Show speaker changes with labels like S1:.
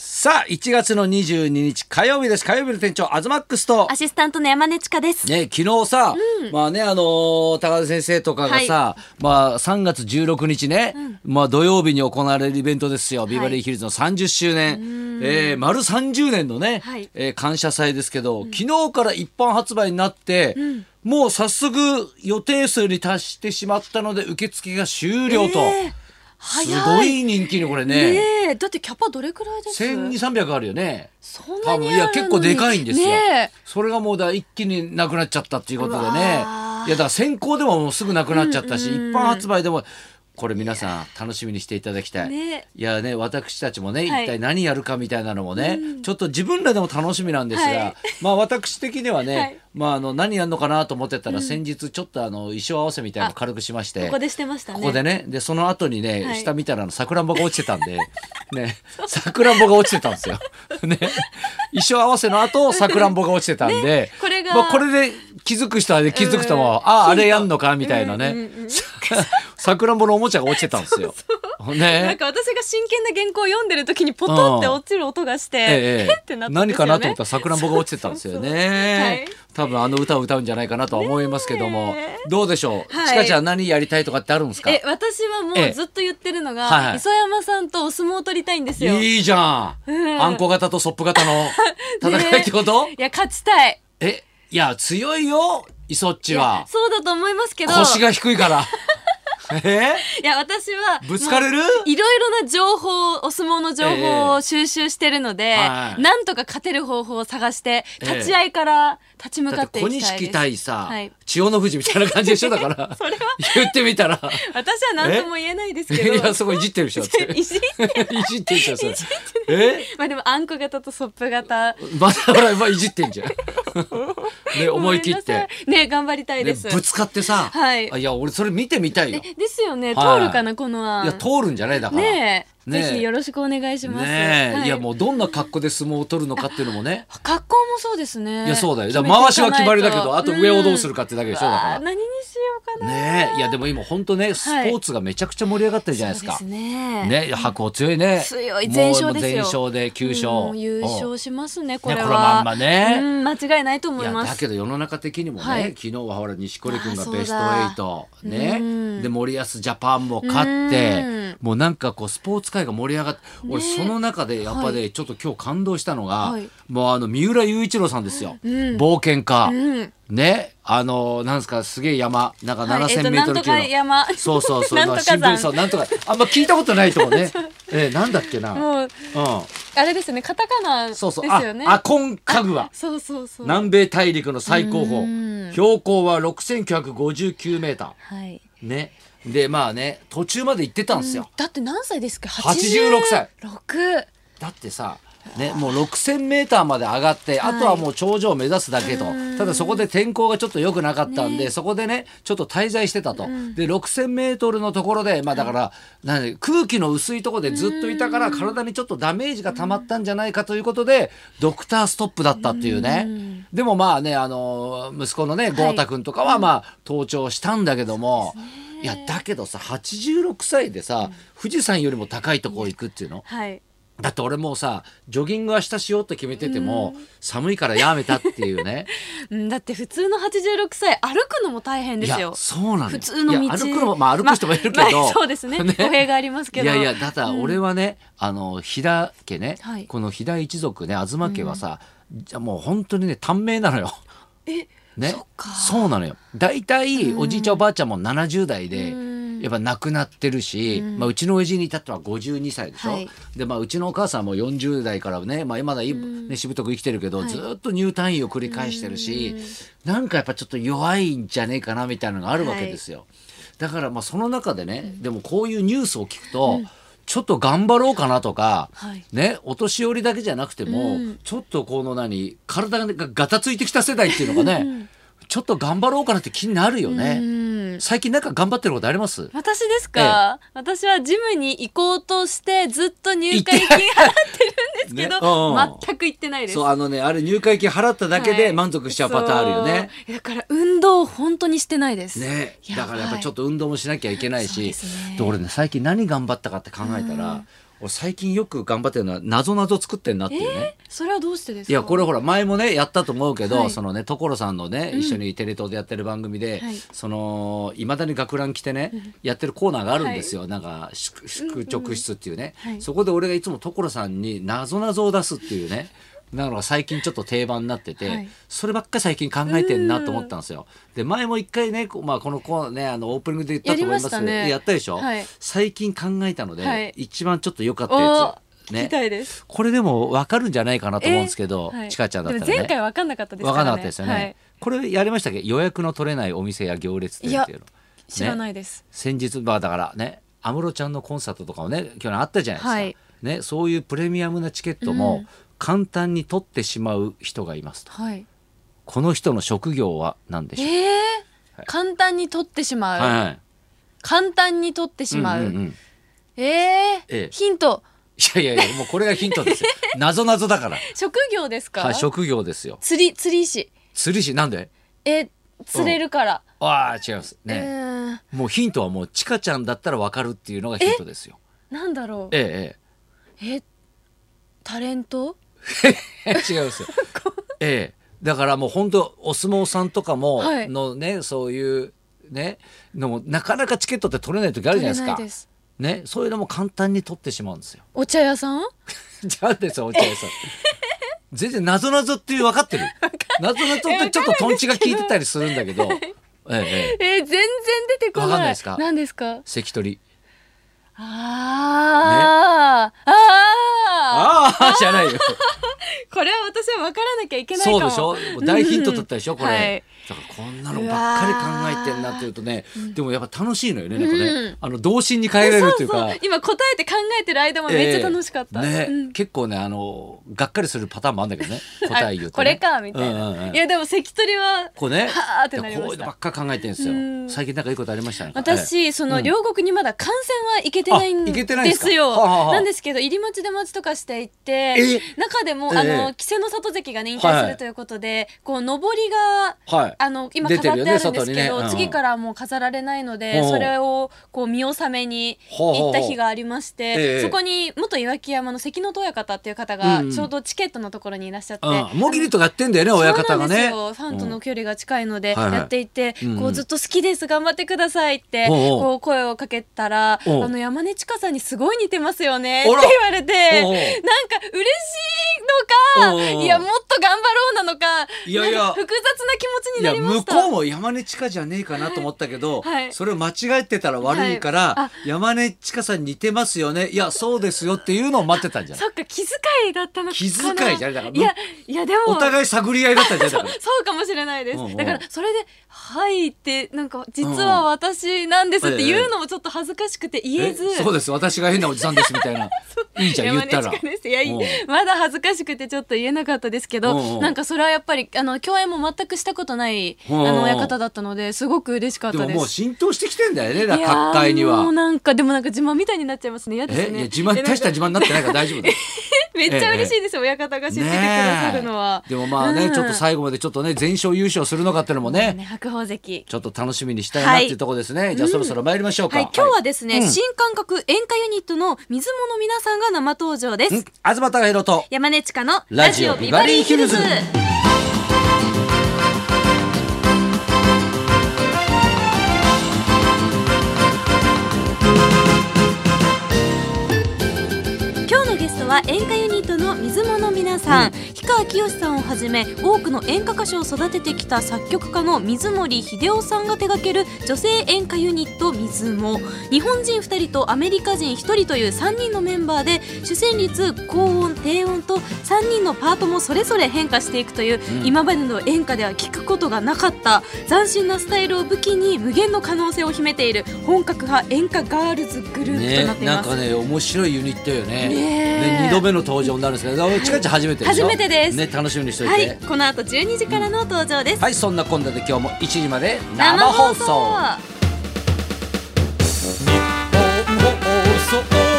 S1: さあ1月の22日火曜日です火曜日の店長アズマックスと
S2: アシスタントの山根千佳です。
S1: ね、昨日さ、まあね、あのー高田先生とかがさ、まあ3月16日ね、まあ土曜日に行われるイベントですよ、ビバリーヒルズの30周年、えー丸30年のね、
S2: はい
S1: えー感謝祭ですけど、昨日から一般発売になって、もう早速予定数に達してしまったので受付が終了と、
S2: えー
S1: す
S2: 早い
S1: ごい人気にこれね
S2: ねえ、だってキャパどれくらいです？
S1: 1200300あるよね
S2: そんな
S1: 多分
S2: にあるのに
S1: いや結構でかいんですよ、
S2: ねえ
S1: それがもうだ一気になくなっちゃったっていうことでね
S2: うわ
S1: いや
S2: ー
S1: だから先行でももうすぐなくなっちゃったし、
S2: うんうん
S1: 一般発売でもこれ皆さん楽しみにしていただきたい、
S2: ね
S1: いやね私たちもね一
S2: はい
S1: 体何やるかみたいなのもね、ちょっと自分らでも楽しみなんですが、
S2: はい
S1: まあ私的にはね、
S2: はい
S1: まああの何やるのかなと思ってたら、先日ちょっとあの衣装合わせみたいなのを軽くしまして
S2: ここでしてましたね。
S1: ここでね、で、その後にね、
S2: はい
S1: 下見たらあの、さくらんぼが落ちてたんで、 ね、さくらんぼが落ちてたんですよ。ね、衣装合わせの後、さくらんぼが落ちてたんで、
S2: これが
S1: まあこれで気づく人はね気づくと
S2: うん
S1: も、ああ、あれやんのか、みたいなね、
S2: うんうんうん
S1: さ さくらんぼのおもちゃが落ちてたん ですよ。
S2: なん
S1: ね。
S2: か私が真剣な原稿を読んでる時にポトンって落ちる音がして、
S1: ええ
S2: えっってなったんで
S1: 何
S2: すよ
S1: か
S2: ね。
S1: なと思ったらさくらんぼが落ちてたんですよね
S2: そうそ
S1: 多
S2: う
S1: 分あの歌を歌うんじゃないかなとは思いますけども、
S2: ねえ
S1: どうでしょう、
S2: はい
S1: ちかちゃん何やりたいとかってあるんですか
S2: え、私はも
S1: ええ
S2: うずっと言ってるのが、
S1: はいはい
S2: 磯山さんとお相撲を取りたいんですよ。い
S1: いいじゃん、
S2: うん
S1: あんこ型とソップ型 の戦いってこと、
S2: や勝ちたい。
S1: えいや強いよイソッチ
S2: いや
S1: は
S2: そうだと思いますけど、
S1: 腰が低い からえ
S2: いや私は
S1: ぶつかれる
S2: もういろいろな情報をお相撲の情報を収集してるので、
S1: はい
S2: なんとか勝てる方法を探して
S1: ええ
S2: 立ち合いから立ち向
S1: だ
S2: か
S1: っ
S2: って
S1: て
S2: いき
S1: 小
S2: たい
S1: 錦対
S2: です、
S1: さ、
S2: はい
S1: 千代の富士みたいな感じでしょだから
S2: それは
S1: 言ってみたら
S2: 私は何とも言えない ですけど
S1: いやそこいじってるでしょだってい
S2: いじ
S1: じってるでしょそれえ
S2: まあでもあんこ型とソップ型
S1: まだほら、まあ、いじってん じゃんね思い切っ
S2: ごめん
S1: て
S2: なさいね頑張りたい
S1: で
S2: です
S1: ぶつかってさ、
S2: はい
S1: あいや俺それ見てみたい
S2: え
S1: よ
S2: ですよね、
S1: はい
S2: 通るかなこの案
S1: いや通るんじゃないだから
S2: ねえ
S1: ねえ
S2: ぜひよろしくお願いします
S1: ねえ、い、や
S2: う
S1: もうどんな格好で相撲を取るのかっていうのもね
S2: 格好もそうですね
S1: いやそうだよだから回しは決まりだけどあと上をどうするか
S2: か
S1: ってだけでしょだ
S2: わ
S1: か
S2: あ何にしようからな、
S1: ねえいやでも今本当ねスポーツがめちゃくちゃ盛り上がってるじゃないですか、
S2: そうですね
S1: ねいや白鵬強いね
S2: 強い全勝ですよ
S1: もう全勝で9
S2: う
S1: 勝
S2: ん優
S1: おう
S2: 勝しますねこれは、
S1: ねこのまんまね
S2: うん間違いないと思
S1: い
S2: い
S1: や
S2: ま
S1: だ
S2: す
S1: けど世の中的にもね、
S2: はい
S1: 昨日はほら錦織君が
S2: あー
S1: ベス
S2: そうだ
S1: ト8ね、
S2: うん
S1: で森保ジャパンも勝って、
S2: うん
S1: もうなんかこうスポーツ界が盛り上がって、俺その中でやっぱね、
S2: は
S1: ちょっと今日感動したのが、
S2: はい
S1: もうあの三浦雄一郎さんですよ、
S2: ん
S1: 冒険家、
S2: うん
S1: ねあのなんですかすげえ山なんか
S2: はいえっと
S1: 7,000メ
S2: な
S1: ート
S2: ん
S1: ル
S2: と
S1: 級の、
S2: か山
S1: そうそうそう
S2: なんとか
S1: 新聞
S2: 山
S1: そうなんとかあんま聞いたことないと思う ねえーなんだっけなう
S2: もうんあれですよねカタカナです
S1: そう
S2: よ
S1: そう、
S2: ね
S1: あアコンカグア
S2: そうそうそう
S1: 南米大陸の最高
S2: う
S1: 峰
S2: ん
S1: 標高は6959メータ
S2: はい
S1: ーねでまあね途中まで行ってたんですよ、
S2: だって何歳ですか
S1: 86歳
S2: 六
S1: だってさね、もう6000メーターまで上がって、
S2: はい
S1: あとはもう頂上を目指すだけと
S2: うん
S1: ただそこで天候がちょっと良くなかったんで、そこでねちょっと滞在してたと、
S2: ん
S1: で6000メートルのところでまあだから、なんで空気の薄いところでずっといたから体にちょっとダメージが溜まったんじゃないかということでドクターストップだったっていうね、
S2: うん
S1: でもまあねあの息子のね豪太君とかはまあ登頂したんだけども、いやだけどさ86歳でさ、富士山よりも高いところ行くっていうの
S2: はい
S1: だって俺もうさジョギングはしたしようと決めてても、寒いからやめたっていう ね
S2: うんだって普通の86歳歩くのも大変で
S1: い
S2: すよ
S1: やそうなん
S2: 普通の道
S1: いや歩くのもまあ歩く人もいるけど、
S2: ままあそうで すね語弊がありますけ
S1: い
S2: ど
S1: やいやだから俺はね、あの飛騨家ね、
S2: はい
S1: この飛騨一族ね東家はさ、じゃあもう本当にね短命なのよ。
S2: え
S1: ね
S2: そっ、か
S1: そうなのよ大体おじいちゃんおばあちゃんも70代で
S2: うん
S1: やっぱ亡くなってるし、うまあ、うちの親父に至っては52歳でしょ、
S2: はい
S1: で、まあ、うちのお母さんも40代からね、まあ、今だい、ね、しぶとく生きてるけど、
S2: い
S1: ずっと入退院を繰り返してるしなんかやっぱちょっと弱いんじゃねえかなみたいなのがあるわけですよ、だからまあその中でね、でもこういうニュースを聞くと、ちょっと頑張ろうかなとか、
S2: はい
S1: ね、お年寄りだけじゃなくても、
S2: うん
S1: ちょっとこの何体がガタついてきた世代っていうのがねちょっと頑張ろうかなって気になるよ
S2: う
S1: ね。
S2: ん
S1: 最近なんか頑張ってることあります
S2: 私ですか、私はジムに行こうとしてずっと入会金払ってるんです
S1: 行
S2: け
S1: ってない
S2: ど、
S1: ねうん
S2: 全く行ってないです
S1: そうあのねあれ入会金払っただけ
S2: は
S1: で
S2: い
S1: 満足しちゃうパターンあるよね。
S2: そうだから運動を本当にしてないです
S1: ね
S2: いや
S1: だからやっぱちょっ
S2: と
S1: と運動もしなきゃいけないし、
S2: そうですね
S1: で俺ね最近何頑張ったかって考えたら、俺最近よく頑張ってるのは謎謎作ってんなっていうね、
S2: それはどうしてですか
S1: いやこれほら前もねやったと思うけど、
S2: はい
S1: そのね所さんのね一緒にテレ東でやってる番組で、
S2: はい
S1: そのいまだに学ラン着てね、やってるコーナーがあるんですよ、なんか宿宿直室っていうね、
S2: はい
S1: そこで俺がいつも所さんに謎謎を出すっていうねなのが最近ちょっと定番になってて、
S2: はい
S1: そればっかり最近考えてんなと思ったんですよ。で前も一回ね、こうまあ、このコーナーねあのオープニングで言ったと思いますけど
S2: やりましたね
S1: やったでしょ、
S2: はい
S1: 最近考えたので、
S2: はい
S1: 一番ちょっと良かった
S2: お
S1: やつ。
S2: 聞きたいです
S1: これでも分かるんじゃないかなと思うんですけど、
S2: えーはい
S1: ちかちゃんだったらね
S2: でも前回分かんなかったです
S1: 分かんなかったですよね、
S2: はい
S1: これやりましたっけ予約の取れないお店や行列店っていうの
S2: 知らないです、
S1: 先日まあだからね安室ちゃんのコンサートとかもね去年あったじゃないですか、
S2: はい
S1: ね、そういうプレミアムなチケットも簡単に取ってしまう人がいますと、
S2: はい
S1: この人の職業は何でしょう
S2: ええ簡単に取ってしまう、
S1: はいはい
S2: 簡単に取ってしまう,、
S1: んんん
S2: ええ
S1: ええ
S2: ヒント
S1: いやいやいやもうこれがヒントです よ謎謎だから
S2: 職業ですか、
S1: はい職業ですよ
S2: 釣り釣り師
S1: 釣り師なんで
S2: え釣れるから、
S1: ああ違います
S2: う
S1: ね、
S2: ーん
S1: もうヒントはもうチカちゃんだったらわかるっていうのがヒントですよ。
S2: なんだろう
S1: え
S2: えタレント
S1: えええ 違いますよ。ええだからもう本当お相撲さんとかも
S2: はい
S1: のね、そういうねのもなかなかチケットって取れない時あるじゃないですか。
S2: 取れす
S1: ねそういうのも簡単に取ってしまうんですよ。
S2: お茶屋さん
S1: じゃあですよお茶屋さ ん。全然謎謎っていう分かってる。謎謎ってちょっとトンチが効いてたりするんだけ ど。ええええ
S2: えー全然出てこない
S1: わかんないですか
S2: 何ですか
S1: 関取。
S2: あー、あ
S1: ああじゃないよ。
S2: ーこれは私は分からなきゃいけないか
S1: そ
S2: も
S1: うでしょもう大ヒントだったでしょ、
S2: うん
S1: これ、
S2: はい
S1: だからこんなのばっかり考えてんなっていうとねでもやっぱ楽しいのよねなんかね、
S2: うん
S1: あの童心に帰れるというか
S2: そうそう今答えて考えてる間もめっちゃ楽しかった、
S1: ええね、
S2: うん
S1: 結構ねあのがっかりするパターンもあるんだけどね答え言う
S2: あ
S1: と
S2: こ
S1: ね、
S2: れかみたいな、
S1: うんうんうん
S2: いやでも関取は
S1: こうね
S2: はーってなりました
S1: こういうのばっか考えてるんですよ
S2: うん
S1: 最近なんかいいことありましたなんかええ
S2: 私、その両国にまだ観戦は行けてないん
S1: あ行けてないん
S2: で
S1: ですか
S2: すよ。
S1: はあはあはあ
S2: なんですけど入り待ちで待ちとかして行って
S1: え
S2: 中でも、
S1: ええ
S2: あの稀勢の里関がね引退するということで、こう上りが
S1: はい
S2: あの今
S1: 出て
S2: 飾っ
S1: る
S2: て
S1: よ
S2: あ
S1: ね
S2: るんですけど、
S1: 外にねうん
S2: 次からもう飾られないので、
S1: ほうほう
S2: それをこう見納めに
S1: ほうほう
S2: 行
S1: ほ
S2: っ
S1: う
S2: た日がありまして、
S1: ええ
S2: そこに元岩木山の関の戸親方っていう方が
S1: うん
S2: ちょうどチケットのところにいらっしゃって、
S1: うん、もぎりとかやってんだよね親方がね
S2: そうなんですよファンと
S1: う
S2: の
S1: ん
S2: 距離が近いので
S1: はいはい
S2: やっていて、
S1: うんうん
S2: こうずっと好きです頑張ってくださいって
S1: おうおう
S2: こう声をかけたら、
S1: おう
S2: あの山根千佳さんにすごい似てますよねって
S1: あ
S2: 言
S1: ら
S2: われて、
S1: おうおう
S2: なんか嬉しいのか、
S1: おうおう
S2: いやもっと頑張ろうなのか、
S1: いやいや
S2: なんか複雑な気持ちに
S1: い
S2: な
S1: や
S2: りま
S1: 向
S2: した。
S1: こうも山根千佳じゃねえかなと思ったけど、
S2: はい
S1: それを間違えてたら悪いから、
S2: はいあ
S1: 山根千佳さんに似てますよねいやそうですよっていうのを待ってたんじゃない
S2: そっか気遣いだったのかな
S1: 気遣いじゃないだから
S2: いやいやでも
S1: お互い探り合いだったんじゃないだか
S2: そうかもしれないです。
S1: うんうん
S2: だからそれで「はい」ってなんか「実は私なんです」って言うのもちょっと恥ずかしくて 言えず。
S1: えそうです私が変なおじさんですみたい ないいじゃん言ったら
S2: 山根千佳ですいやい
S1: うん
S2: まだ恥ずかしくてちょっと言えなかったですけ
S1: うん
S2: ど
S1: うん
S2: なんかそれはやっぱりあの共演も全くしたことないあ
S1: うんうん
S2: の親方だったのですごく嬉しかっ
S1: で
S2: た
S1: も
S2: で
S1: もう
S2: す。
S1: 浸透してきてんだよねだ
S2: い
S1: か
S2: や
S1: ら各界に
S2: ーもう
S1: は。
S2: なんかでもなんか自慢みたいになっちゃいますね嫌で
S1: え
S2: す
S1: い
S2: ね
S1: や自慢大した自慢になってないから大丈夫だよ。
S2: めっちゃ嬉しいですよ親方が知っててくださるのは
S1: ねえでもまあね、
S2: うん
S1: ちょっと最後までちょっとね全勝優勝するのかっていうのもね
S2: ね白鵬関
S1: ちょっと楽しみにしたいなっていうところですね、じゃあそろそろ参りましょうか、
S2: はい、今日はですね、
S1: うん
S2: 新感覚演歌ユニットの水物の皆さんが生登場です。
S1: ん東貴博と
S2: 山根千佳のラ
S1: ラ
S2: ジ
S1: ジ
S2: オ
S1: オ
S2: ビ
S1: ビ
S2: バ
S1: バ
S2: リ
S1: リ
S2: ー
S1: ー
S2: ヒ
S1: ヒ
S2: ル
S1: ル
S2: ズ
S1: ズ。
S2: 今日のゲストは演歌ユニットの水物の皆さん、氷川きよしさんをはじめ多くの演歌歌手を育ててきた作曲家の水森秀夫さんが手掛ける女性演歌ユニット水も日本人2人とアメリカ人1人という3人のメンバーで主旋律高音低音と3人のパートもそれぞれ変化していくという、
S1: うん
S2: 今までの演歌では聞くことがなかった斬新なスタイルを武器に無限の可能性を秘めている本格派演歌ガールズグループとなってい
S1: なん
S2: ます。
S1: かね面白いユニットよね
S2: ねえ
S1: ね二度目の登場になるんですけど近々初めてでしょ
S2: 初めてです
S1: ね楽しみにしておい
S2: は
S1: て、
S2: い、この後12時からの登場です。
S1: はい、そんなこんなで今日も1時まで生放送。
S2: 生放送
S1: 放送